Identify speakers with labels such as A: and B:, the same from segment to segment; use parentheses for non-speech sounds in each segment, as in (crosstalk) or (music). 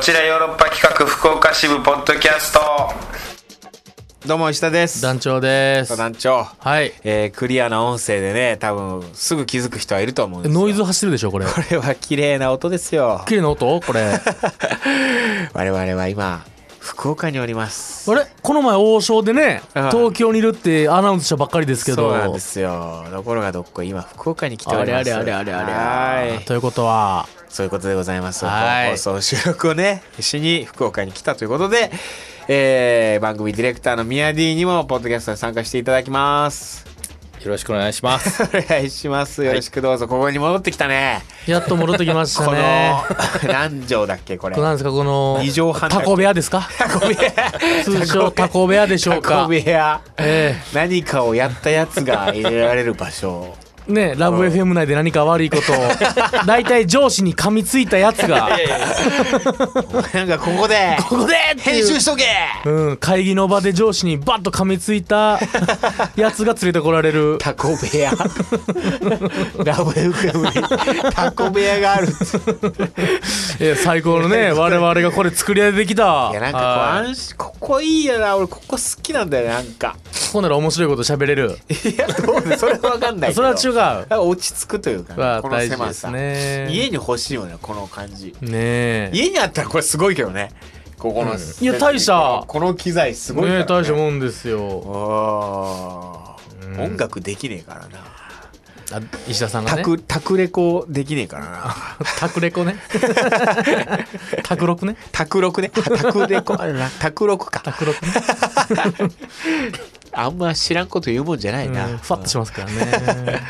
A: ちらヨーロッパ企画福岡支部ポッドキャスト
B: どうも石田です
C: 団長です。
B: 団長
C: はい。
B: えークリアな音声でね多分すぐ気づく人はいると思うんですよ
C: ノイズ走るでしょ、これ。
B: これは綺麗な音ですよ (laughs)
C: 綺麗な音これ。あ
B: 我々は今福岡におります
C: れこの前王将でね、
B: はい
C: 東京にいるってアナウンスしたばっかりですけど。
B: そうなんですよところがどっこい今福岡に来ております
C: あれあれあれあれ
B: あれ
C: ということは、
B: そういうことでございます。
C: はい
B: 放送収録をね、しに福岡に来たということで、えー、番組ディレクターのミヤディにも、ポッドキャストに参加していただきます。 (laughs)
D: よろしくお願いします
B: お願いします。よろしくどうぞ。ここに戻ってきたね。
C: (laughs) やっと戻ってきまし
B: こ
C: た
B: の (laughs)
C: ね。、
B: 何畳だっけ、これ (laughs)
C: こ。なんですか、この、
B: 二畳半だ
C: タコ部屋ですか
B: (laughs) タコ部屋。
C: 通称タコ部屋でしょう
B: タ
C: か
B: コ部。屋。
C: え
B: 何かをやったやつが入れられる場所。
C: えねラブ FM 内で何か悪いこと
B: (laughs)
C: を、大体上司に噛みついたやつが、
B: (laughs) なんかここで、
C: ここでって
B: 編
C: いう
B: 集しとけ
C: うん、会議の場で上司にバッと噛みついたやつが連れてこられる。
B: タコ部屋ラブ FM にタコ部屋があるって
C: いや最高のね、
B: (laughs)
C: 我々がこれ作り上げてきた。
B: いやなんかこう
C: はい
B: 安心ここいいよな俺ここ好きなんだよなんか
C: こうなら面白いこと喋れる。
B: いやどうそれは分かんないけど
C: それは違う。
B: なんか落ち着くというかね、
C: は
B: この
C: 大事
B: 狭
C: です
B: さ、
C: ね。
B: 家に欲しいよねこの感じ
C: ねえ。
B: 家にあったらこれすごいけどねここの、
C: いや大した
B: この機材すごいか
C: ね
B: ら、
C: え、大した
B: ん
C: もんですよ。
B: 音楽できねえからな
C: あ石田さんが
B: タ
C: ね。
B: クタクレコできねえからな
C: タクレ
B: (laughs)
C: コね。タクロクね。
B: タクロ
C: (laughs)
B: クねあタクレコあれなタクロクか
C: タクロクね。
B: (laughs) あんま知らんこと言うもんじゃな
C: う
B: い
C: ん
B: な、
C: ふわっとしますからね。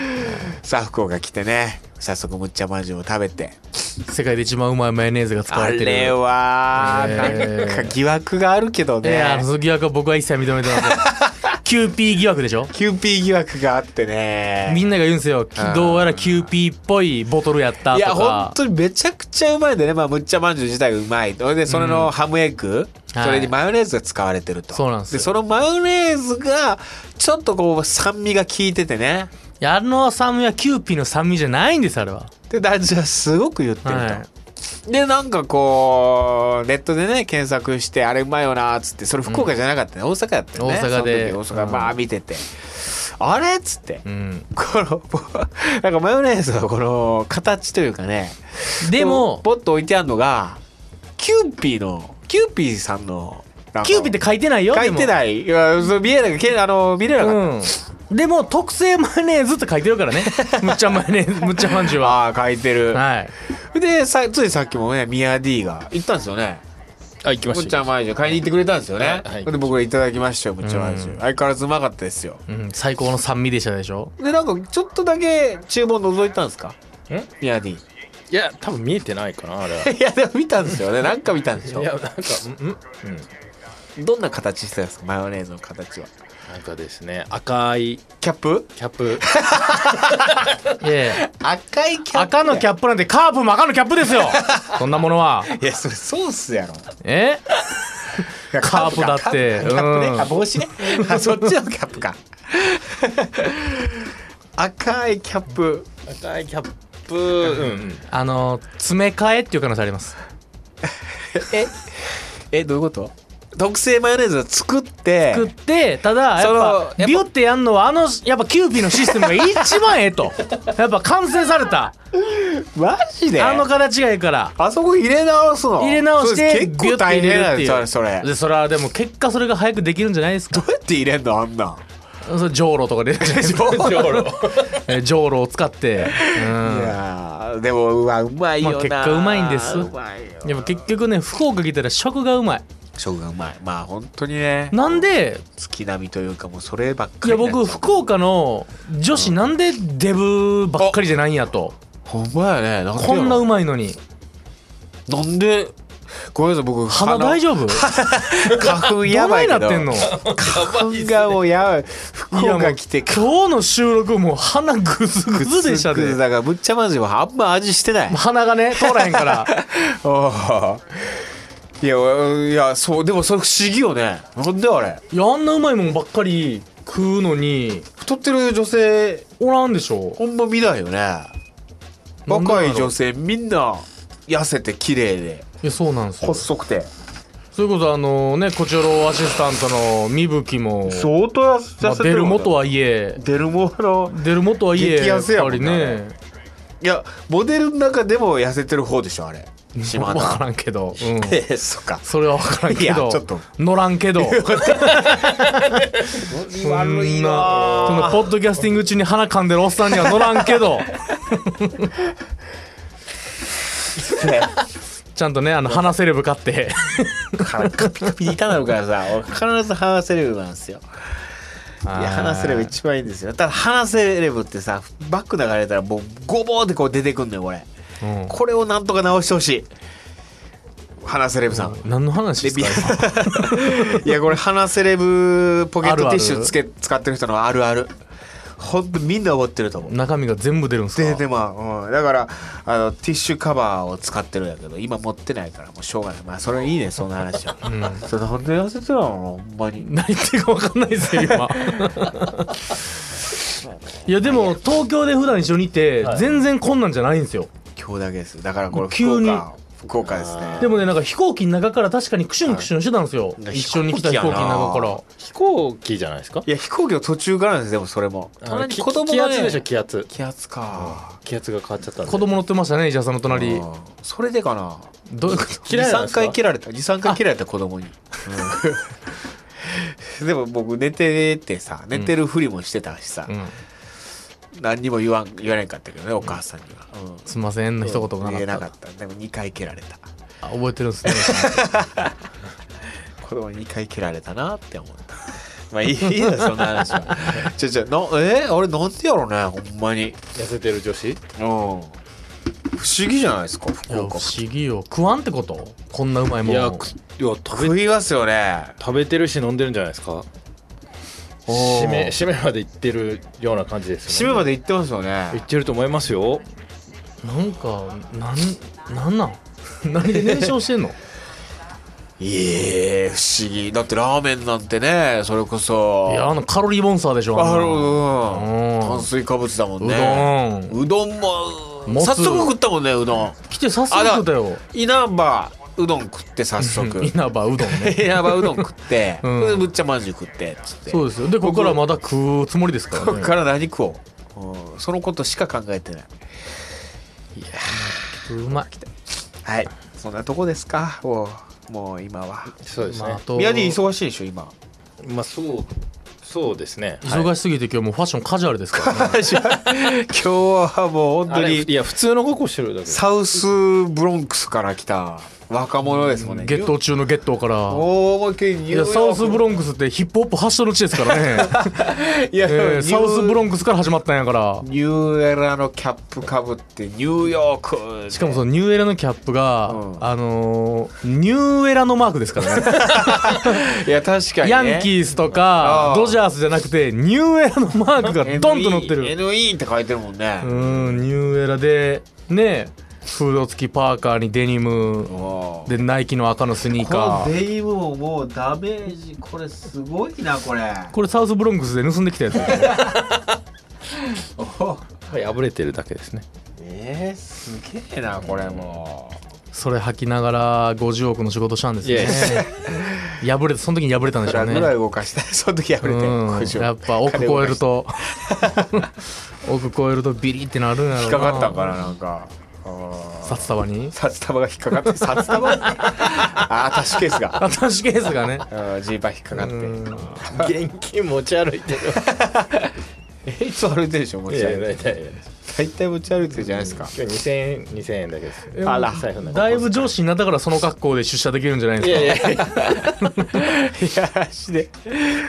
B: さあ福岡来てね早速むっちゃまんじゅうを食べて
C: 世界で一番うまいマヨネーズが使わ
B: あ
C: れてる。
B: れは
C: え
B: な
C: ー
B: んか疑惑があるけど
C: いや、
B: ね
C: その疑惑は僕は一切
B: (laughs)
C: 認めてません。キューピー疑惑でしょ
B: キューピー疑惑があってね
C: みんなが言うんですよ。き
B: うん
C: どうやらキューピーっぽいボトルやったとか。
B: いや本当にめちゃくちゃうまいんだよねまあむっちゃまんじゅう自体がうまいそれでそれのハムエッグ、
C: はい
B: それにマヨネーズが使われてると
C: そうなんですよ
B: そのマヨネーズがちょっとこう酸味が効いててね
C: いやあの酸味はキューピーの酸味じゃないんですあれは
B: で男女はすごく言ってると、
C: は
B: でなんかこうネットでね検索してあれうまいよなっつってそれ福岡じゃなかったね、大阪だったよねそ
C: 大阪で
B: の時
C: う
B: 大阪
C: ん
B: まあ見てて、あれっつって、
C: うん
B: このぼなんかマヨネーズのこの形というかね
C: (laughs) でも
B: ポッと置いてあるのがキューピーのキューピーさんのなんか
C: キューピーって書いてないよ
B: 書いて
C: い
B: ないいやそう見えないけあの見れなかった、
C: うんでも特製マヨネーズって書いてるから
D: (laughs)
C: ねむっちゃマヨネーズむっちゃまんじゅうは
B: ああ書いてる、
C: はい
B: でさついさっきもねミヤ D が行ったんですよね
D: あ行きま
B: むっ
D: し
B: ちゃ
D: た
B: んまんじゅう買いに行ってくれたんですよね。
D: はいはい
B: で僕らいただきましたよ、むっちゃんまんじゅう。相変わらずうまかったですよ。
C: うん最高の酸味でしたでしょ
B: で、なんかちょっとだけ注文覗いたんですか
D: ん
B: ミヤディ。
D: いや多分見えてないかなあれ
B: (laughs)
D: は
B: いや、でも見たんですよね。なんか見たんでしょ
D: いやなんかうんうん
B: どんな形してたんですかマヨネーズの形は。
D: なんかですね赤い
B: キャップ
D: キャップ
C: いやいや
B: 赤いキャップ。
C: 赤のキ
B: ャ
C: ャップなんてカープも赤のキャップ
D: (laughs)
C: ですよそんなものは
B: ップ。いや、それソースやろ。
C: えカープだって
B: カープかカープね
C: うん
B: あ帽子ね。あ、そっちのキャップか。 (laughs) 赤いキャップ。
D: 赤いキャップうんうん
C: あの詰め替えっていう可能性あります
B: え、え、どういうこと特製マヨネーズを作って。
C: 食ってただ
B: その
C: やっぱ
B: やっぱ
C: ビュってやんのはあのやっぱキューピーのシステムが一番ええ (laughs) とやっぱ完成された
B: マジで
C: あの形がいいから
B: あそこ入れ直すの
C: 入れ直し
B: そ
C: て
B: れ結構大変なんですよそれそれ
C: でそれはでも結果それが早くできるんじゃないです
B: ど
C: か
B: うやって入れんのあんなん
C: (laughs) それじょうろとかで (laughs)
D: じょうろ
C: えじょうろを使って
B: い
C: うん
B: やーでもうわうまいよな、
C: まあ結果うまいんです
B: うまいよ
C: やっぱ結局ね福岡来たら食がうまい
B: 食がうまいまあ本当にね
C: なんで
B: 月並みというかもうそればっかり
C: いや
B: になっちゃう
C: 僕福岡の女子なんでデブばっかりじゃないんやと
B: ほんまやねなんで
C: こんなうまいのに
B: なんでごめんなさい僕
C: 鼻大丈夫
B: 夫花粉やばいけ
C: ど
B: ど
C: ないなってんの
B: 花粉がもうやばい福
C: いやもう
B: 岡来て
C: 今日の収録もう鼻グズグズでした
B: グ
C: で、
B: ズだからむっちゃまずいはあんま味してない
C: 鼻がね通らへんか
B: あ
C: ら
B: あ (laughs) いやおいやそうでもそれ不思議よねなんであれ
C: (laughs) いやあんなうまいもんばっかり食うのに
B: 太ってる女性
C: おらんでしょ
B: ほんま見ないよね
C: なんだろう
B: 若い女性みんな痩せて綺麗で
C: やそうなんですよ
B: 細くて
C: それこそあのねこちらのアシスタントのみぶきも、
B: 相当痩せて
C: まあ、出る元はいえ
B: 出るもの
C: 出る元はいえ
B: 激
C: や
B: 安
C: っ
B: やも
C: ぱ
B: んな
C: りね
B: いやモデルの中でも痩せてる方でしょあれ島
C: わ
B: 田
C: からんけど、うん、
B: ええそっか
C: それは分からん
B: い
C: け
B: や
C: ど
B: ちょっと
C: 乗らん
B: (laughs)
C: けど
B: 悪いな
C: そんなポッドキャスティング中に鼻噛んでるおっさんには乗らん
B: (laughs)
C: けどちゃんとねあの鼻セレブ買って
B: カピカピに痛なるからさ俺必ず話せレブなんですよいや話せレブ一番いいんですよただ話せレブってさバック流れたらもうゴボーってこう出てくんのよこれ
C: うん
B: これをなんとか直してほしい話せレブさん (laughs)
C: 何の話で
B: ですビ
C: か今
B: いやこれ鼻セレブポケッ
C: ある
B: ト
C: あ
B: ティッシ
C: る
B: ュつけ使ってる人のあるあるほんとみんな思ってると思う
C: 中身が全部出るんです
B: で
C: か
B: でまあ、うん、だからあのティッシュカバーを使ってるんやけど今持ってないからもうしょうがないまあそれいいねそんな話 (laughs) は、それ本当に痩せてたのほんまに
C: 何言ってるか分かんないですよ
B: (laughs)
C: 今いやでも東京で普段一緒にいて全然こんなんじゃないんですよ
B: 今日だけですだからこれ福
C: 急に
B: 岡福岡ですね
C: でもねなんか飛行機の中から確かにクシュンクシュンしてたんですよ
B: はい
C: 一緒に来た飛行機の中から
D: 飛行機じゃないですか
B: いや飛行機の途中からなんですでもそれも
D: あの
B: 隣に
D: き
B: 子供
D: 気
B: がね
D: 圧でしょ気圧
B: 気圧か
D: 気圧が変わっちゃったんで
C: 子供乗ってましたね石田さんの隣
B: うんそれでか
D: (laughs)
B: な
C: どういうこと
D: 嫌いな
B: 23
D: んですか
B: 回蹴られた23回蹴られた子供に、 (laughs) うんでも僕寝ててさ寝てるふりもしてたしさ、
C: うん
B: 何にも言わん言われんかったけどねお母さんには、うん
C: すみませんの一言がな
B: 言
C: か
B: え
C: っ
B: な
C: た
B: かったでも2回蹴られた
C: あ覚えてるんですね
B: 子供に2回蹴られたなって思 (laughs) ったまあいいよそんな話はちょちょなえあれなんでやろねほんまにうん
D: 痩せてる女子
B: 不思議じゃないですか
C: い
B: 福
C: や不
B: 岡
C: 思議よ食わんってことこんなうまい
D: い
C: もん
D: やくいや食べ
B: 食いますよね
D: 食べてるし飲んでるんじゃないですか締め締めまで行ってるような感じです
B: 締
D: よ
B: め
D: ね
B: まで行ってますよね
D: 行ってると思いますよ
C: なんかなんなんなん
B: (laughs)
C: 何で燃焼して (laughs) んの
B: いえ不思議だってラーメンなんてねそれこそ
C: いやあのカロリーモンスターでしょ
B: あ
C: んな
B: るうん
C: うん
B: 炭水化物だもんね
C: う
B: うどんうどんも
C: もつ
B: 早速食ったもんねうどん
C: 来て早速食ったよ
B: 稲葉うどん食って早 (laughs) 速
C: 稲葉うどんね
B: 稲葉うどん食って、
C: (laughs) うん
B: それでむっちゃまんじゅう食ってっつって
C: そうですよでここからまだ食うつもりですか
B: (laughs) こ
C: ら
B: っ
C: ね
B: から何食おう、うんそのことしか考えてないう
C: まい
B: はいそんなとこですかもうもう今は
D: そうです
C: まあ
D: ね
C: あと
B: 宮城忙しいでしょ今
D: まあそうそうですね
C: 忙しすぎて今日もうファッションカジュアルですからね
B: 今日はもう本
D: あ
B: 当
D: れ
B: に
D: いや普通の格好してるだけ
B: サウスブロンクスから来た若者ですもんね
C: ゲット中のゲットから
B: おお思いっきりニュ
C: い
B: ーヨ
C: や
B: ーク
C: サウスブロンクスってヒップホップ発祥の地ですか
B: (laughs)
C: らね
B: いや、
C: えー
B: ニュ
C: サ
B: ー
C: ウスブロンクスから始まったんやから
B: ニューエラのキャップかぶってニューヨーク
C: しかもそのニューエラのキャップが、
B: うん
C: あのーニューエラのマークですからね
B: いや確かに、ね、
C: ヤンキースと
B: あ
C: か
B: ー
C: ドジャースじゃなくてニューエラのマークがドンと乗ってる
B: NE って書いてるもんね、
C: うんニューエラでねフード付きパーカーにデニム
B: おー
C: でナイキの赤のスニーカ
B: この
C: ー
B: デイブももうダメージこれすごいなこれ
C: これサウスブロンクスで盗んできたやつ
D: 破れてるだけですね
B: えー、すげえなこれも
C: それ履きながら50億の仕事したんですよね
D: い
C: 破れてその時に破れたん
B: う
C: で
B: い
C: しょ
B: くら
C: う
B: ぐらい
C: ね
B: 動かしたいその時破れて
C: うん、やっぱ奥超えると (laughs) 奥超えるとビリってなるんやろうな
B: 引っかかったんかななんかあー
C: 札束に (laughs)
B: 札束が引っかかって札束あアタッシュケースが
C: アタッシュケースがね
B: うんジーパン引っかかって
C: うん
D: 現金持ち歩いてる
B: えいつも歩いてるでしょ持
D: い
B: ち
D: や
B: 歩い
D: い
B: て
D: やいやいや
B: 大体持ち歩いてるじゃないですか
D: 今日2000円2000円だけです
B: あら
D: 財布の
C: だいぶ上司になったからその格好で出社できるんじゃない
D: い
C: です
D: や
C: か
D: いやい
B: い
D: や
B: やらしで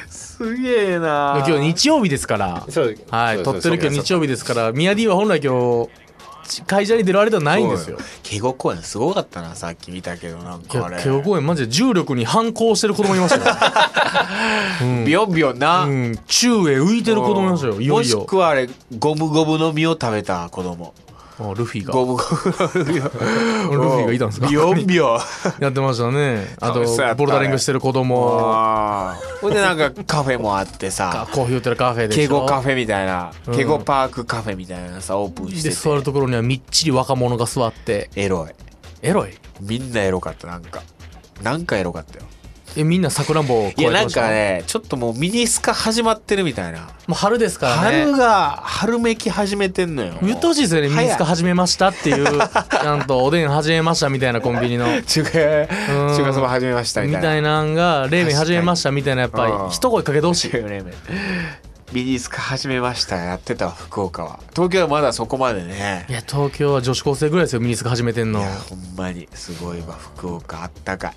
B: すげえな
C: 今日日曜日ですから
D: そう
C: はい
D: そう
C: 鳥
D: そう
C: 取県日曜日ですから宮 D は本来今日会社に出られたらないんですよ
B: 敬語公演すごかったなさっき見たけどなん
C: い
B: かあれ
C: や慶応公園マジで重力に反抗してる子供いましたよ
B: ビヨンビヨンな、
C: うん宙へ浮いてる子供いましたよいよい
B: も
C: よ
B: しくはあれゴムゴムの実を食べた子供
C: あルフィが
B: ゴムゴムの実を
C: ルフィがいたんですか
B: ビヨンビ
C: (laughs)
B: ヨン
C: やってましたねあと
B: 楽しそうやったね
C: ボルダリングしてる子供
B: あーほんでなんかカフェもあってさ
C: コーヒー売ってるカフェでしょ
B: 敬語カフェみたいな
C: うん
B: 敬語パークカフェみたいなのさオープンし
C: で
B: て
C: 座る
B: て
C: ところにはみっちり若者が座って
B: エロい
C: エロい
B: みんなエロかったなんかなんかエロかったよ
C: えみんなさくらんぼを
B: い
C: 加え
B: や
C: て
B: な
C: ま
B: ん
C: した
B: かねちょっともうミニスカ始まってるみたいな、
C: もう春ですからね
B: 春が春めき始めてんのよ
C: 言ってほしいですよね、ミニスカ
B: 早い
C: 始めましたっ
B: (laughs)
C: ていう、ちゃんとおでん始めましたみたいなコンビニの。
B: 中華中華そば始めましたみ
C: み
B: たいな
C: たいなんが、冷麺始めましたみたいな、やっぱ
B: うん
C: り、一声かけてほしい。
B: ミニスカ始めましたやってたわ福岡は東京はまだそこまでね
C: いや、東京は女子高生ぐらいですよ、ミニスカ始めてん
B: い
C: の。
B: やほんまにすごいわ福岡あったかい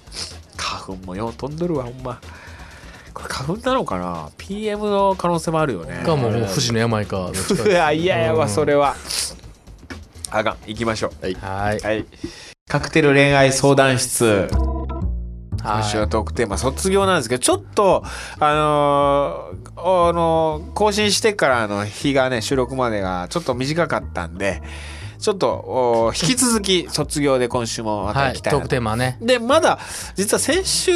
B: 花粉もよう飛んどるわほんまこれ花粉なのかな PM の可能性もあるよね
C: かも、もう富士の病か。どっちか
B: (laughs) うわ嫌や
C: う
B: わ
C: ん
B: それはあかん行きましょう
C: はい。
B: はいカクテル恋愛相談室今週
C: は
B: のトークテーマ卒業なんですけどちょっとあのーあのー更新してからの日がね収録までがちょっと短かったんでちょっとお引き続き卒業で今週もま
C: い。
B: た
C: は
B: 行
C: い、
B: きたい
C: ト
B: な
C: ークテーマね。
B: でまだ実は先週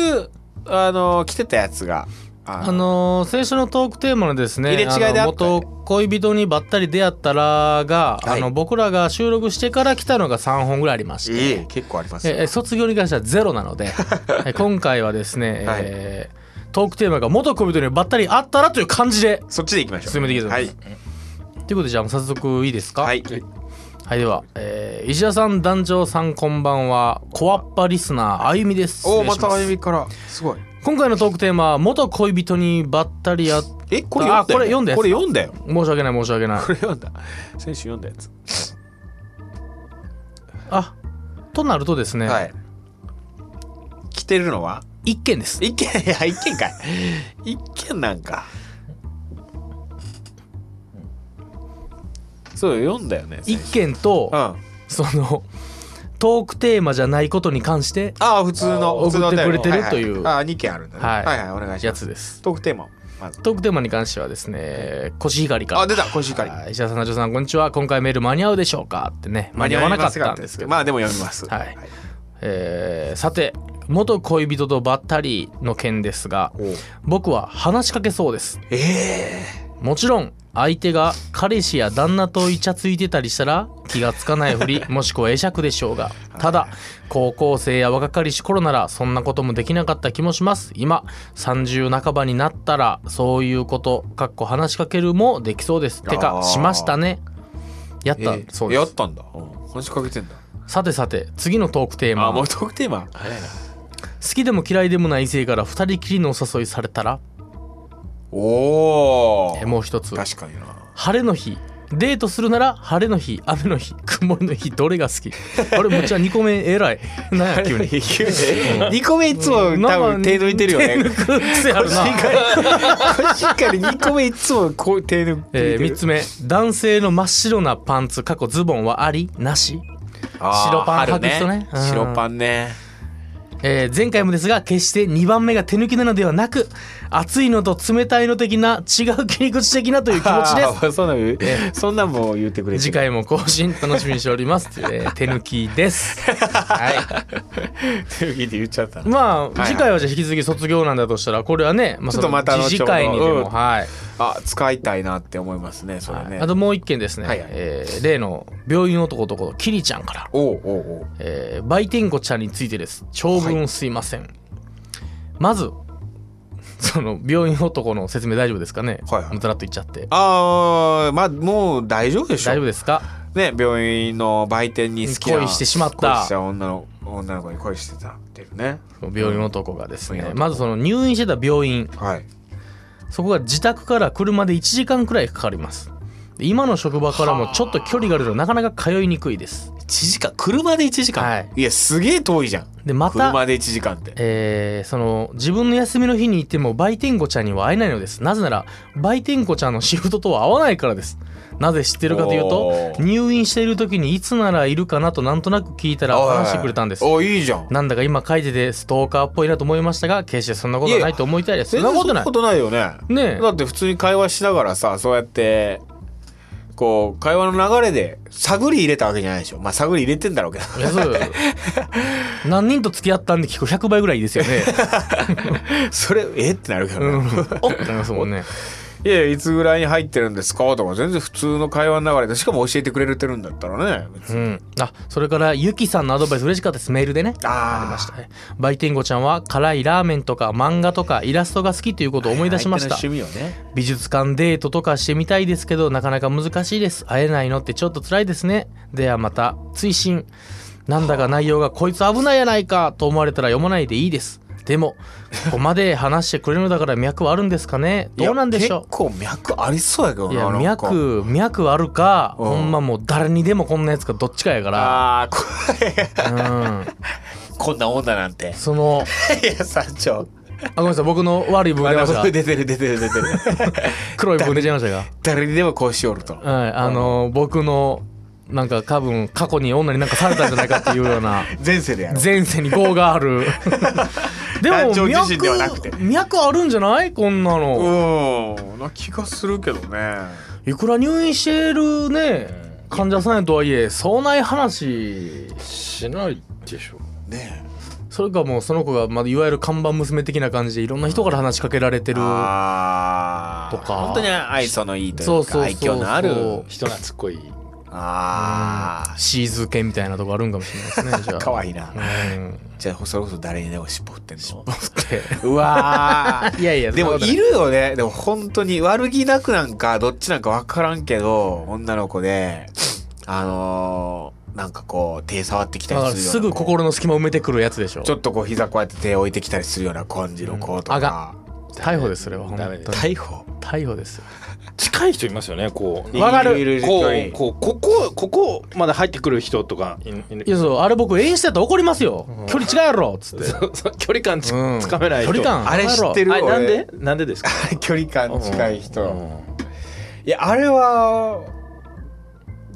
B: あのー来てたやつがあ
C: あのー、最初のトークテーマのですね、
B: 入れ違いであった
C: の元恋人にばったり出会ったらが、
B: はい
C: あの、僕らが収録してから来たのが3本ぐらいありまして。
B: ええ結構ありますよ
C: えー卒業に関してはゼロな
B: (laughs)
C: のでえー今回はですね、
B: はい
C: えートークテーマが「元恋人にばったり会ったら」という感じで
B: そっちで行きましょう
C: 進めていきた
B: はいい
C: ということでじゃあもう早速いいですか
B: はい
C: はいでは、えー石田さん団長さんこんばんはこわっぱリスナーあゆみです
B: おおま
C: 失礼し
B: た
C: す
B: あゆみからすごい
C: 今回のトークテーマは「元恋人にばったり会っ
B: えこれ
C: あこ
B: 読
C: れ読
B: ん
C: ん
B: だよ
C: だやつ
B: これ読んだよ
C: 申し訳ない申し
B: (laughs)
C: 訳ない
B: これ読んだ先週読んだやつ
C: あとなるとですね、
B: はい来てるのは
C: 一件です
B: 一軒いや一軒かい一軒なんかそうよ読んだよね
C: 一
B: 最初
C: 件と
B: うんあ
C: そのトークテーマじゃないことに関して
B: あ普通の
C: あ
B: 普通のお便り
C: 送ってく
B: は
C: れてる
B: いはい
C: という
B: ああ二件あるんだね
C: はい
B: はいはいお願いし
C: や
B: ます
C: つです
B: トークテーマまず
C: トークテーマに関してはですね、コシヒカリから。
B: あ出たコシヒカリ
C: はい石田さん、ナジョさん、こんにちは。今回メール間に合うでしょうかってね、間に合わなかったんですけど。
B: まあでも読みます
C: はいえーさて、元恋人とばったりの件ですが、僕は話しかけそうです。
B: ええ
C: もちろん、相手が彼氏や旦那とイチャついてたりしたら気がつかないふりもしくは会釈でしょうがただ高校生や若かりし頃ならそんなこともできなかった気もします今30半ばになったらそういうことかっこ話しかけるもできそうですて
B: あ
C: か
B: ー
C: しましたねやった、
B: ええ
C: そうで
B: や
C: す
B: ったんだうん話しかけてんだ
C: さてさて次のトークテーマ
B: あもうトークテーマ
C: 好きでも嫌いでもない異性から二人きりのお誘いされたら
B: おお
C: えもう一つ
B: 確かにな
C: 晴れの日デートするなら晴れの日雨の日曇りの日どれが好きあれむっちゃ2個目偉いなん
B: (laughs)
C: や急に
B: 2個目いつも多分手抜いてるよね
C: 手抜く癖ある
B: (laughs)
C: な、
B: しっかり2個目いつもこう手抜い
C: え
B: てる
C: 3つ目男性の真っ白なパンツ過去ズボンはありなし、白パン履く人ね
B: ある
C: うん
B: 白パンね
C: えー前回もですが決して2番目が手抜きなのではなく熱いのと冷たいの的な違う切り口的なという気持
B: (laughs)
C: ちで
B: す
C: す
B: そんなのそんなんも言ってくれて
C: 次
B: る (laughs)
C: 回も更新楽しみにしております、えー手抜き
B: (laughs)
C: ですはい
B: 手抜きで言っちゃったな
C: まあ、
B: はい
C: 次回はじゃあ引き続き卒業なんだとしたらこれはね、まあ、
B: ちょっとまた後ほど
C: 次回にでも、
B: うん
C: はい、
B: あ使いたいなって思いますねそれね
C: あともう一件ですね、
B: はいはい
C: えー例の病院男とことキリちゃんから、
B: おうおうおう
C: えー、売店子ちゃんについてです長文すいません、まずその病院男の説明大丈夫ですかね、
B: はいはい
C: もうざらっと言っちゃって
B: あーまあもう大丈夫でしょ
C: 大丈夫ですか
B: ね病院の売店に好きな
C: 恋してしまった
B: 恋した女の女の子に恋してたっていうね
C: 病院男がですね、
B: うん
C: まずその入院してた病院
B: はい
C: そこが自宅から車で1時間くらいかかりますで今の職場からもちょっと距離があるのでなかなか通いにくいです
B: 1時間車で1時間、
C: はい、
B: やすげえ遠いじゃん
C: でまた
B: 車で1時間って
C: えーその自分の休みの日に行っても売店子ちゃんには会えないのですなぜなら売店子ちゃんのシフトとは合わないからですなぜ知ってるかという
B: お
C: と
B: ー
C: 入院している時にいつならいるかなとなんとなく聞いたら話してくれたんです
B: おいいいじゃん
C: なんだか今書いててストーカーっぽいなと思いましたが決してそんなことはないと思いたいですそんなことない
B: ことないよね
C: ねえ
B: だって普通に会話しながらさそうやってこう会話の流れで探り入れたわけじゃないでしょまあ探り入れてんだろうけど
C: (laughs) いやそ
B: (laughs)
C: うよ何人と付き合ったんで聞く100倍ぐらいですよね
B: (laughs) それえってなるけどね、
C: うんおっってなりますもんね
B: いやいやいつぐらいに入ってるんですかとか全然普通の会話の流れでしかも教えてくれてるんだったらね別
C: う
B: に
C: ん、あそれからゆきさんのアドバイス嬉しかったですメールでね
B: あー
C: りました売店子ちゃんは辛いラーメンとか漫画とかイラストが好きということを思い出しました、
B: 相手の趣味をね
C: 美術館デートとかしてみたいですけどなかなか難しいです会えないのってちょっと辛いですねではまた追伸なんだか内容がこいつ危ないやないかと思われたら読まないでいいですでもここまで話してくれるのだから脈はあるんですかねどうなんでしょ
B: 結構脈ありそうやけど
C: う
B: ない
C: や
B: なんか
C: 脈脈あるか
B: うん
C: ほんまもう誰にでもこんなやつかどっちかやから
B: ああこ
C: うん
B: こんな女なんて
C: その
B: いや山頂
C: あごめんなさい僕の悪い部分出ました
B: 出てる出てる出て
C: (laughs)
B: る
C: 黒い部分出ちゃいましたが
B: 誰にでもこうしおると
C: はい、あの僕のなんか多分過去に女になんかされたんじゃないかっていうような
B: 前世でやろう
C: 前世に業があるで
B: 団
C: も
B: 長自身
C: 脈
B: ではなくて
C: 脈あるんじゃないこんなの
B: うんな気がするけどね
C: いくら入院してるね患者さんやとはいえそうない話
D: しないでしょ
B: ね
C: それかもうその子が、まあ、いわゆる看板娘的な感じでいろんな人から話しかけられてる
B: ああ
C: とか
B: 本当に愛想のいいというか
C: そうそうそう
B: 愛嬌のある
C: そう
D: 人懐っこい
B: あ
C: シーズ系みたいなとこあるんかもしれないですねじゃ
B: あ (laughs)
C: あ
B: かわいいな
C: うん
B: じゃあそれこそ誰にでも尻尾振ってんの
C: って
B: う (laughs) わー
C: いやいや
B: でも
C: そんなことない
B: るよねでも本当に悪気なくなんかどっちなんか分からんけど女の子であのー、なんかこう手触ってきた
C: だか
B: り
C: ら
B: するよ
C: す
B: うな
C: ぐ
B: 子
C: 心の隙間埋めてくるやつでしょ
B: ちょっとこう膝こうやって手置いてきたりするような感じの子と
C: うん
B: か
C: あが、逮捕ですそれは本当
D: ダメ
C: に
D: です
B: 逮捕
C: 逮捕ですよ
D: 近い人いますよねこう
C: わかる
B: いるいる
D: こ
B: いる
D: うこうここここまで入ってくる人とかいい (laughs)
C: いやそうあれ僕演出やったら怒りますよ、距離違うやろっつって、
D: そうそう距離感つ,、
C: うん
D: かめない
C: 距
D: 人
C: 離感
B: あれ知ってる
D: あれなんで
B: 俺
D: なんでですか
B: (laughs) 距離感近い人、
D: うん
B: いやあれは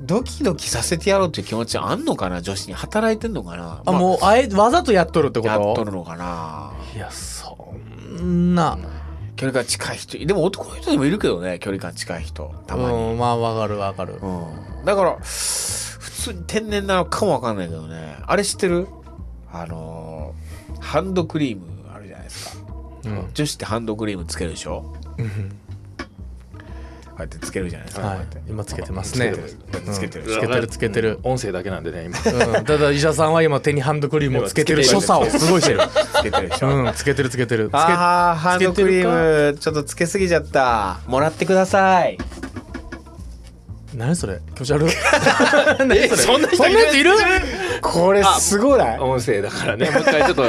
B: ドキドキさせてやろうっていう気持ちあんのかな女子に働いてんのかな
C: あ、もうあえわざとやっとるってこ
B: やっと
C: と
B: るのかない
C: やそんな
B: 距離感近い人でも男の人でもいるけどね距離感近い人たまに、
C: うんまあわかるわかる、
B: うん、だから普通に天然なのかもわかんないけどねあれ知ってるあのーハンドクリームあるじゃないですか、
C: うん
B: 女子ってハンドクリームつけるでしょ
C: うん
B: こうやってつけるじゃないですか、
C: は
B: こう
C: い
B: やって
C: 今つけてますね
B: つけてるこうやってつけてる
C: つけてるつけてる
D: 音声だけなんでね今
C: (laughs) うん、ただ医者さんは今手にハンドクリームをつけてる所作をすごいしてる、
B: つけてるでしょ、
C: うん、つけてるつけてるつけ
B: ああハン
C: つけ
B: ド
C: て
B: クリ
C: るか
B: ームちょっとつけすぎちゃったもらってください
C: 何それ気持ち悪い (laughs) 何それ
D: そんな人
C: そんなや (laughs) ついる
B: これすごない
D: 音声だからねもう一回ちょっと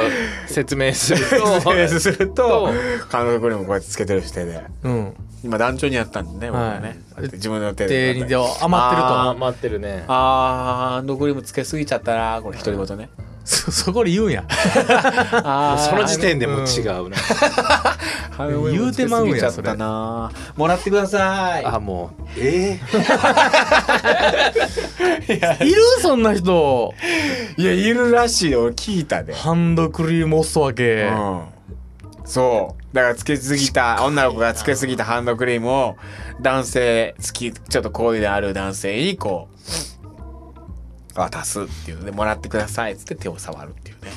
D: 説明すると
B: する
D: と
B: とハンドクリームこうやってつけてる手で
C: うん
B: 今団長にやったんでね僕はね、
C: は
B: だ
C: い
B: って自分の手
C: 手
B: で
C: に
B: こう
C: で
B: やって
C: 余ってると
D: あー待ってるね
B: あーハンドクリームつけすぎちゃったなこれ独り言ね
C: そ (laughs) そこで言うんや
B: あー
D: その時点でもう違うな
B: ハンドクリームつけすぎちゃったなもらってください
D: あもうえ
C: いるそんな人
B: いやいるらしいよ俺聞いたで、
C: ハンドクリームおすわけ、
B: うんそうだからつけすぎた女の子がつけすぎたハンドクリームを男性好きちょっと好意である男性にこう渡すっていうのでもらってくださいっつって手を触るっていうね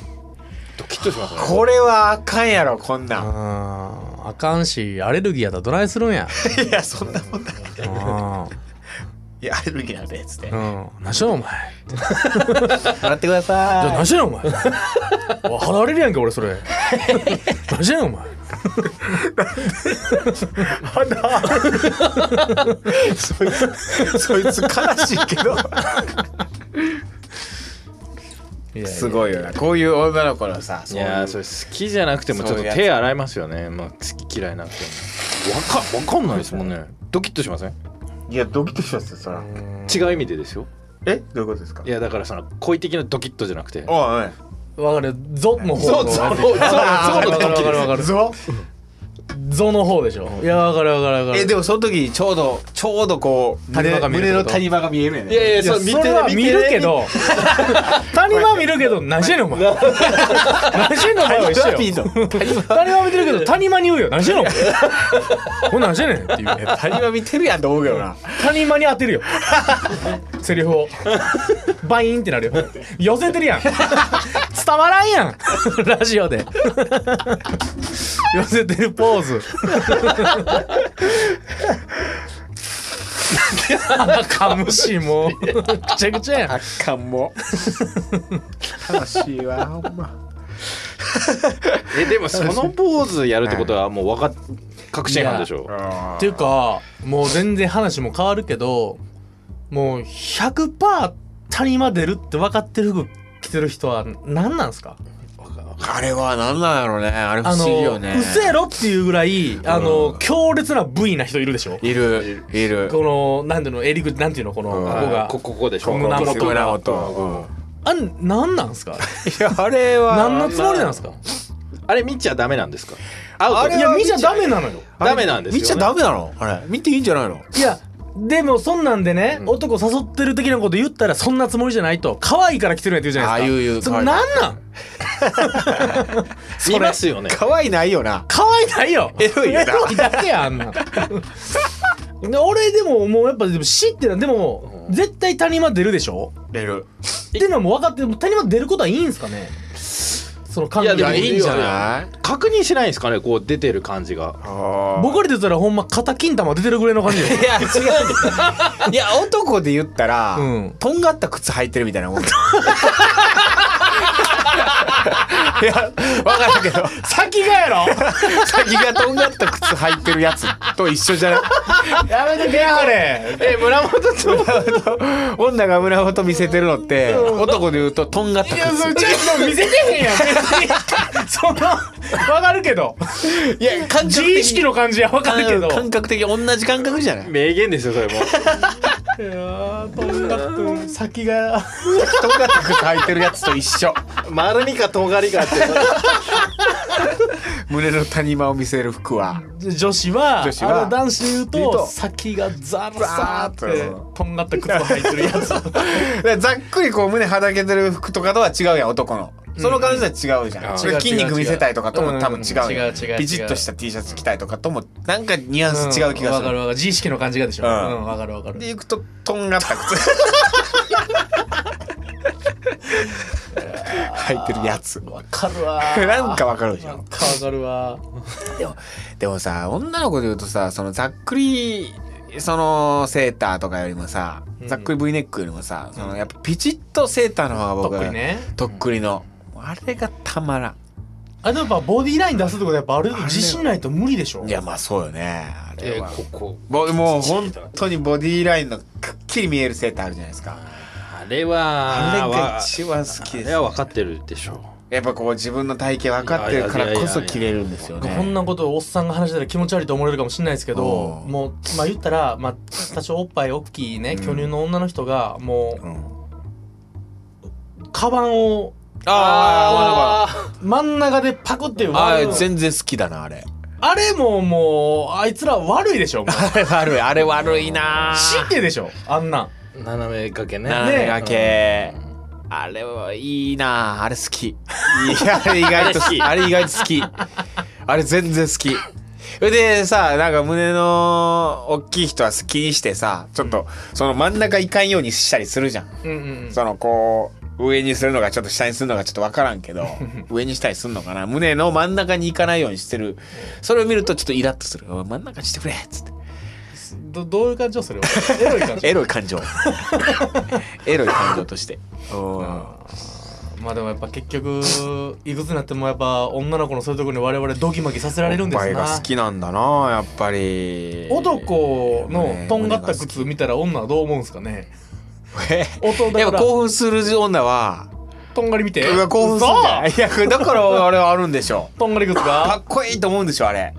D: ドキッとしますね
B: これはあかんやろこんなん
C: あーあかんしアレルギーやったらどないするんや
B: いやそんなもんない
C: あ
B: いやアレルギーなんでっつって
C: ーうん何しろお前
B: もらってくだ
C: じゃあ
B: さ
C: 何しろお前わ離れるやんけ俺それ何しろお前
B: いそいつそいつ悲しいけど
C: いや
B: すごいよなこういう女の子のさ
D: い
B: そうい
D: やー
B: う
D: それ好きじゃなくてもちょっと手洗いますよねまあ好き嫌いなくてもわかわかんないですもんねドキッとしません
B: いやドキッとしますよそら
D: 違う意味でですよ
B: えどういうことですか
D: いやだからその故意的なドキッとじゃなくて
B: おいおい
C: わかるゾの方のやつ
D: ゾゾ
C: わかるわかるわかる
B: ゾ
C: ゾの方でしょいやわかるわかるわかる
B: えでもその時にちょうどちょうどこう
C: 谷間が見える
B: 胸の
C: ってこと
B: 谷間が見えるやん
D: いやいや
C: いや
D: そう
C: そ
D: 見
C: れは
D: て
C: 見るけど谷間見るけど何してんのお前何してんのお前は一緒
B: 谷間
C: よ
B: 見んの谷間
C: 谷間見てるけど谷間に言うよ何してんのお前ほんなん何してんねんっていう
B: (laughs) 谷間見てるやんと思うけどな
C: 谷間に当てるよセリフをバイーンってなるよ寄せてるやん伝わらんやん (laughs) ラジオで寄せてるポーズかむしもうぐちゃぐちゃやん
B: あかんも楽しいわほんま
D: えでもそのポーズやるってことはもうわか確信犯でしょ
C: っていうかもう全然話も変わるけどもう100%谷間出るって分かってる服着てる人は何なんすか
B: あれは何なんやろうねあれ不
C: あ
B: 思議
C: の、
B: よね
C: 嘘やろっていうぐらいあの、強烈な部位な人いるでしょ
B: いるいる
C: このなんていうの襟口なんていうのこの、ここが
D: こここでしょ
C: 胸元
B: 胸
C: が
B: 元うん
C: あ何なんすか
B: いやあれは
C: 何のつもりなんすか
D: あれ見ちゃダメなんですかアウト
B: あれ
C: い
B: は
C: や見ちゃダメなのよ
D: ダメなんですよ、ね、
B: 見ちゃダメなのあれ見ていいんじゃないの
C: いやでもそんなんでね、
D: うん
C: 男誘ってる的なこと言ったらそんなつもりじゃないと可愛いから来てるんやって言うじゃないですか
B: あ言う言う
C: そのなんなん
D: 見ますよね
B: 可愛いないよな
C: 可愛いないよエロいエロいだけやあんなんで俺でももうやっぱでも死ってなでも絶対谷間出るでしょ
B: 出る
C: っていうのはもう分かってる谷間出ることはいいんすかねその感
D: いや
C: 覚
B: いや
D: でも
B: いいんじゃない
D: 確認しないんですかねこう出てる感じが
B: 僕
C: 僕らで言ったらほんま肩金玉出てるぐらいの感じよ
B: いや違ういや男で言ったら、
C: うん
B: とんがった靴履いてるみたいな
C: (laughs)
B: もんいや分からんけど
C: 先がやろ
B: 先がとんがった靴履いてるやつと一緒じゃない
C: やめてくれあれ
D: え村本と
B: 女が胸元見せてるのって男で言うととんがった
C: いやそれ
B: 靴
C: ちょっと見せてへんやん別にそのわかるけど
B: いや感
C: 自意識の感じはわかるけど
B: 感覚的に同じ感覚じゃない
D: 名言ですよそれも
C: いやーとんがって先が
B: (laughs) とんがった靴履いてるやつと一緒
D: (laughs) 丸みかとがりかって (laughs)
B: 胸の谷間を見せる服は
C: 女子は
B: 女子は
C: あの男子で言う
B: 言う
C: と
B: と
C: 先がザラーって
B: ザラーっ
C: とんがった靴を履いてるや
B: (laughs)
C: つ
B: だからざっくりこう胸はだけてる服とかとは違うやん男のその感じとは違うじゃん、
D: うん
B: それ
C: 違う
B: 筋肉見せたいとかと
C: 違う
B: も
C: 違う
B: 多分違う
C: う
B: やん
C: ん違う違う違う
B: ピチッとした T シャツ着たいとかともなんかニュアンス違う気
C: ん
B: が
C: わ
B: す
C: か
B: る、
C: るわかる自意識の感じがでしょう
B: うん
C: んわかるわかる
B: で行くととんがった
C: (laughs)
B: 靴履いてるやつ
C: わかるわ
B: (laughs) なんかわかるでし
C: な
B: ょ
C: んかわかるわ
B: でもさ女の子で言うとさそのざっくりそのセーターとかよりもさ、
C: うん
B: ざっくり V ネックよりもさそのやっぱピチッとセーターの方が
C: とっ
B: 僕
C: くりね
B: とっくりの、あれがたまらん
C: あでもやっぱボディライン出すってことはやっぱある程度自信ないと無理でしょ
B: いやまあそうよねあれ
D: え
B: は
D: ここ
B: ぼもう本当にボディーラインのくっきり見えるセーターあるじゃないですか
D: あれは
B: あれが
D: わ
B: 一番好き
D: あ
B: で
D: れ
B: す
D: は分かってるでしょ
B: やっぱこう自分の体型分かってるからこそ着れるんですよね
C: こんなことをおっさんが話したら気持ち悪いと思われるかもしれないですけど
B: おう
C: もうまあ言ったら、まあ、多少おっぱい大きいね巨乳の女の人がも
B: うん
C: うカバンを
B: あ
C: 真ん中でパクって
B: ーあ
C: 割る
B: ー全然好きだなあれ
C: あれももうあいつら悪いでしょもう
B: あれ悪いあれ悪いな
C: 神経でしょあんなん
D: ー斜め掛けね
B: 斜め掛けあれはいいなあれ好きいやあれ意外と好きあれ意外と好きあれ全然好きそれでさなんか胸の大きい人は好きにしてさちょっとその真ん中いかんようにしたりするじゃん
C: うんうん
B: そのこう上にするのがちょっと下にするのがちょっと分からん (laughs) けど上にしたりするのかな胸の真ん中に行かないようにしてるそれを見るとちょっとイラッとするおい真ん中にしてくれっつって
C: どどういう感情
B: (laughs)
C: それはエロい感情
B: エロい感 (laughs) 情エロい感情としてうん
C: まあでもやっぱ結局いくつになってもやっぱ女の子のそういうところに我々ドキマキさせられるんです
B: おっぱいが
C: な
B: 好きなんだなやっぱり
C: 男のとんがった靴見たら女はどう思うんすかね
B: え
C: 音
B: や
C: だ
B: っぱ
C: から
B: 興奮する女は
C: とんがり見て
B: うわ興奮するんじゃないいやだからあれはあるんでしょ
C: 嘘とんがり靴
B: か
C: が
B: っこいいと思うんでしょあれ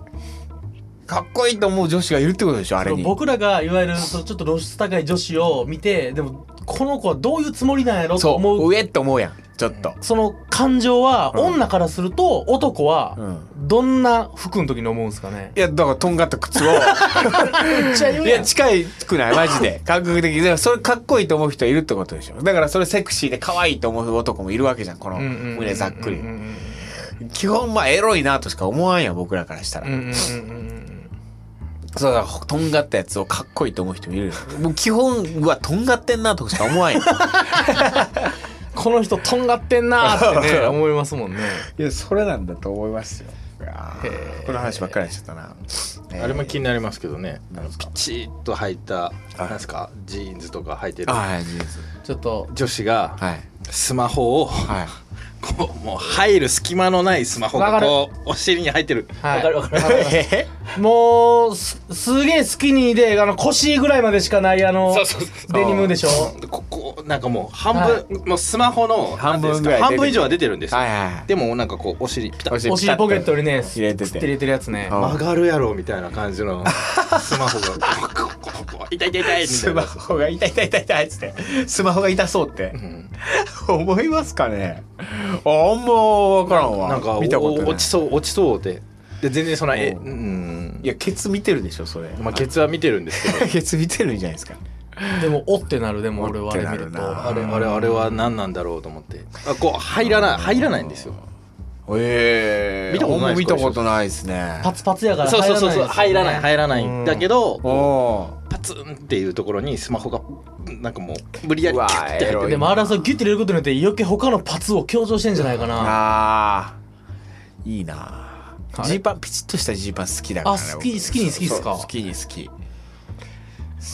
B: かっこいいと思う女子がいるってことでしょあれに
C: 僕らがいわゆるそうちょっと露出高い女子を見てでもこの子はどういうつもりなんやろと
B: そ
C: 思
B: う
C: う
B: 上って思うやんちょっと、
C: その感情は
B: うん
C: 女からすると男
B: う
C: は
B: ん、
C: どんな服の時に思うんすかね
B: いやだからとんがった靴を
C: めっちゃ言
B: いや近いくないマジで感覚的にだからそれかっこいいと思う人いるってことでしょだからそれセクシーで可愛いと思う男もいるわけじゃんこの胸ざっくり、
C: うんうん
B: 基本まあエロいなとしか思わんやん僕らからしたら、
C: うんうんうんうん
B: そうだとんがったやつをかっこいいと思う人もいるよもう基本うわとんがってんなとかしか思わんやん
C: (laughs) この人とんがってんなー
D: (laughs)
C: ってね思いますもんね
B: いやそれなんだと思いますよ
C: へー
B: この話ばっかりしちゃったなえー
D: あれも気になりますけどねあ
B: なん
D: の
B: です
D: ピ
B: か
D: チッと履いた
B: はい
D: なんすかジーンズとか履いてる
B: あはい事実
C: ちょっと
D: 女子が
B: はい
D: スマホを
B: はい
D: こうもう入る隙間のないスマホ
C: わか
D: が
C: る
D: こうお尻に入ってる
C: はい
D: わかるわかる
B: え
C: もうすすげえスキニーであの腰ぐらいまでしかないあの
D: そうそうそう
C: デニムでしょ
D: ここなんかもう半分、もうスマホの
B: 半分
D: なんて
B: ぐらい出てる
D: いうんですか半分以上は出てるんですよ、
B: はいはい
D: でもなんかこうお尻ピタッ
C: お尻ポケットにね
B: 入れてて
C: つって入れてるやつね
B: あ
D: 曲がるやろみたいな感じのスマ
B: (laughs)
D: ホがこうこうこうこう痛い痛い痛いみた
B: ス
D: い
B: マ
D: な
B: ホが痛い痛い痛い痛いっつってスマホが痛そう
D: (laughs)
B: って
D: うん
B: 思いますかねあんま分からんわ
D: なんか
B: 見たこと
D: お
B: ない
D: 落ちそう落ちそうでで全然そのえ
B: おう
D: うん
B: いやケツ見てるでしょそれ
D: まあケツは見てるんですけど
B: ケツ見てるんじゃないですか
C: でもおってなるでも俺はあれ見
B: おっ
C: る
B: てなるな
C: と
D: あれあれあれは何なんだろうと思ってあこう入らない入らないんですよ
B: ええ
D: 見たことないです
B: 見たことないですね
C: パツパツやから
D: そうそうそうそう入らない
C: ら
D: 入らないんだけど
B: おお
D: パツンっていうところにスマホがなんかもう無理やり
B: うわ
D: キュッて
B: エ
D: 入
B: ロ
D: っ
B: い
D: て
C: でもあれはさギュッて入れることによって余計他のパツを強調してんじゃないかな
B: あーいいな
C: はい
B: ジーパンピチッとしたジーパン好きだからね
C: あ好
B: 僕
C: き好きに好きっすか
B: そう好きに好き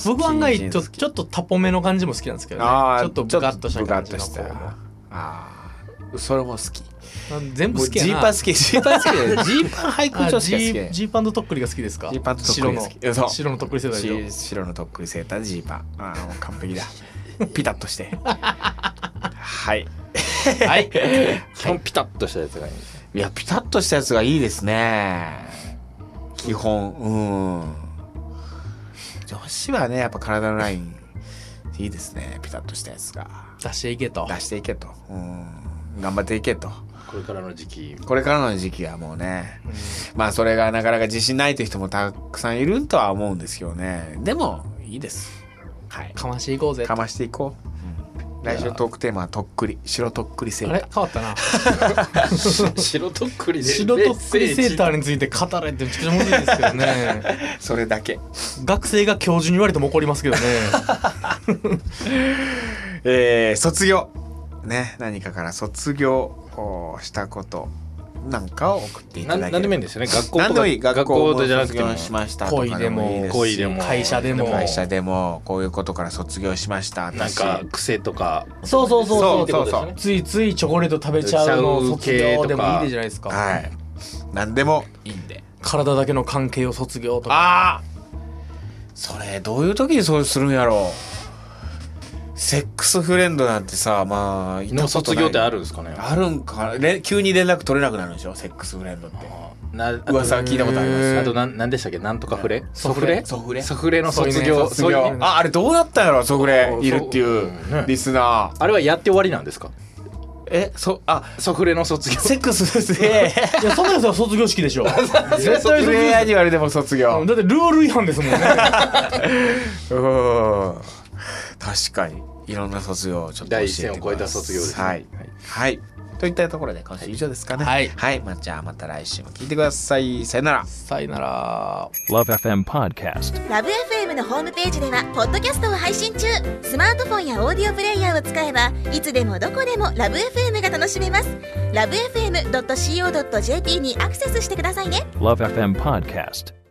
C: 僕案外ちょ
B: 好き
C: ちょっとタポめの感じも好きなんですけどね
B: あー
C: ちょっとブカッとした感じの
B: ちょっとブカッとし
C: こ
B: たあーそれも好き
C: うなん全部
B: も
C: 好
B: う
C: き
B: ジ
C: やな
B: ーパン好きジーパン好き
C: (laughs)
B: だよジーパン俳句
C: あ
B: 女子
C: ジ
B: が好き
C: ージーパンととっくりが好きですか
B: ジーパンととっくりが好き
C: 白
B: そう
C: の白のとっくり世代でしょ
B: し白のとっくりセータージーパンあーもう完璧
C: (laughs)
B: だピタッとしてはい (laughs)
D: はい基本ピタッとしたやつがいいんです
B: いやピタッとしたやつがいいですね基本うん女子はねやっぱ体のラインいいですねピタッとしたやつが
C: 出していけと
B: 出していけとうん頑張っていけと
D: これからの時期
B: これからの時期はもうね、まあそれがなかなか自信ないという人もたくさんいるとは思うんですけどねでもいいですはい
C: かましていこうぜ
B: かましていこう、来週のトークテーマはとっくり白とっくりセ
C: あ
B: ー
C: れ
B: タ
C: 変わ
B: (laughs)
C: ったな
D: 白とっくりで
C: 白とっくりセーターについて語れってちょっとむずいですけど
B: (laughs)
C: ね
B: ーそれだけ
C: 学生が教授に言われても怒りますけどね
B: えー卒業ね何かから卒業をしたことなんかを送っていただければ
D: 何でもいいんですよね学校とか
B: 何でもいい学校
D: 学校とじゃなくても
B: も卒業しましたとかいいですし
D: 恋でも
C: 会社でも
B: 会社でもこういうことから卒業しました
D: なん
B: 私
D: か癖とか
C: そうそうそうそう
B: そうそうそう
D: ってことです
C: ついついチョコレート食べちゃうの
D: ちゃう
C: 卒
D: 系
C: 業
D: とか
C: でもいいでじゃないですか、
B: はい何でもいいんで
C: 体だけの関係を卒業とか
B: ああそれどういう時にそうするんやろうセックスフレンドなんてさまあ
D: ねの卒業ってあ
B: る
D: るんですかね
B: あるんかれ急に連絡取れなくなるんでしょセックスフレンドって
D: な
B: 噂は聞いたことあります
D: あとなんなんでしたっけなんとかフレ
C: ソフレ
B: ソフレ
D: ソフレの
C: そ
D: 卒業
C: ういうね
D: そうい
C: 卒
D: う
C: 業
B: ああれどうなったんやろそこで
D: そう
B: いるっていう
D: そううん
B: リスナー
D: あれはやって終わりなんですか
B: えそあ
D: ソフレの卒業
B: セック (laughs) スで
C: いやそんなやつは卒業式でしょ (laughs) 絶対卒業
B: プレイヤー
C: 式
B: に言われても卒
C: だっ
B: 業
C: てルール違反ですもんね
B: うん確かにいろんな卒業をちょっと教え
D: 第
B: て
D: 一線を越えた卒業ですね
B: はいはいといったところで今週以上ですかね
C: はい
B: はい、まあ、じゃあまた来週も聞いてくださいさよなら
C: さよなら
E: Love FM Podcast.
F: ラブ f m のホームページではポッドキャストを配信中スマートフォンやオーディオプレイヤーを使えばいつでもどこでもラブ f m が楽しめますラブ FM.co.jp にアクセスしてくださいね
E: Love FM Podcast.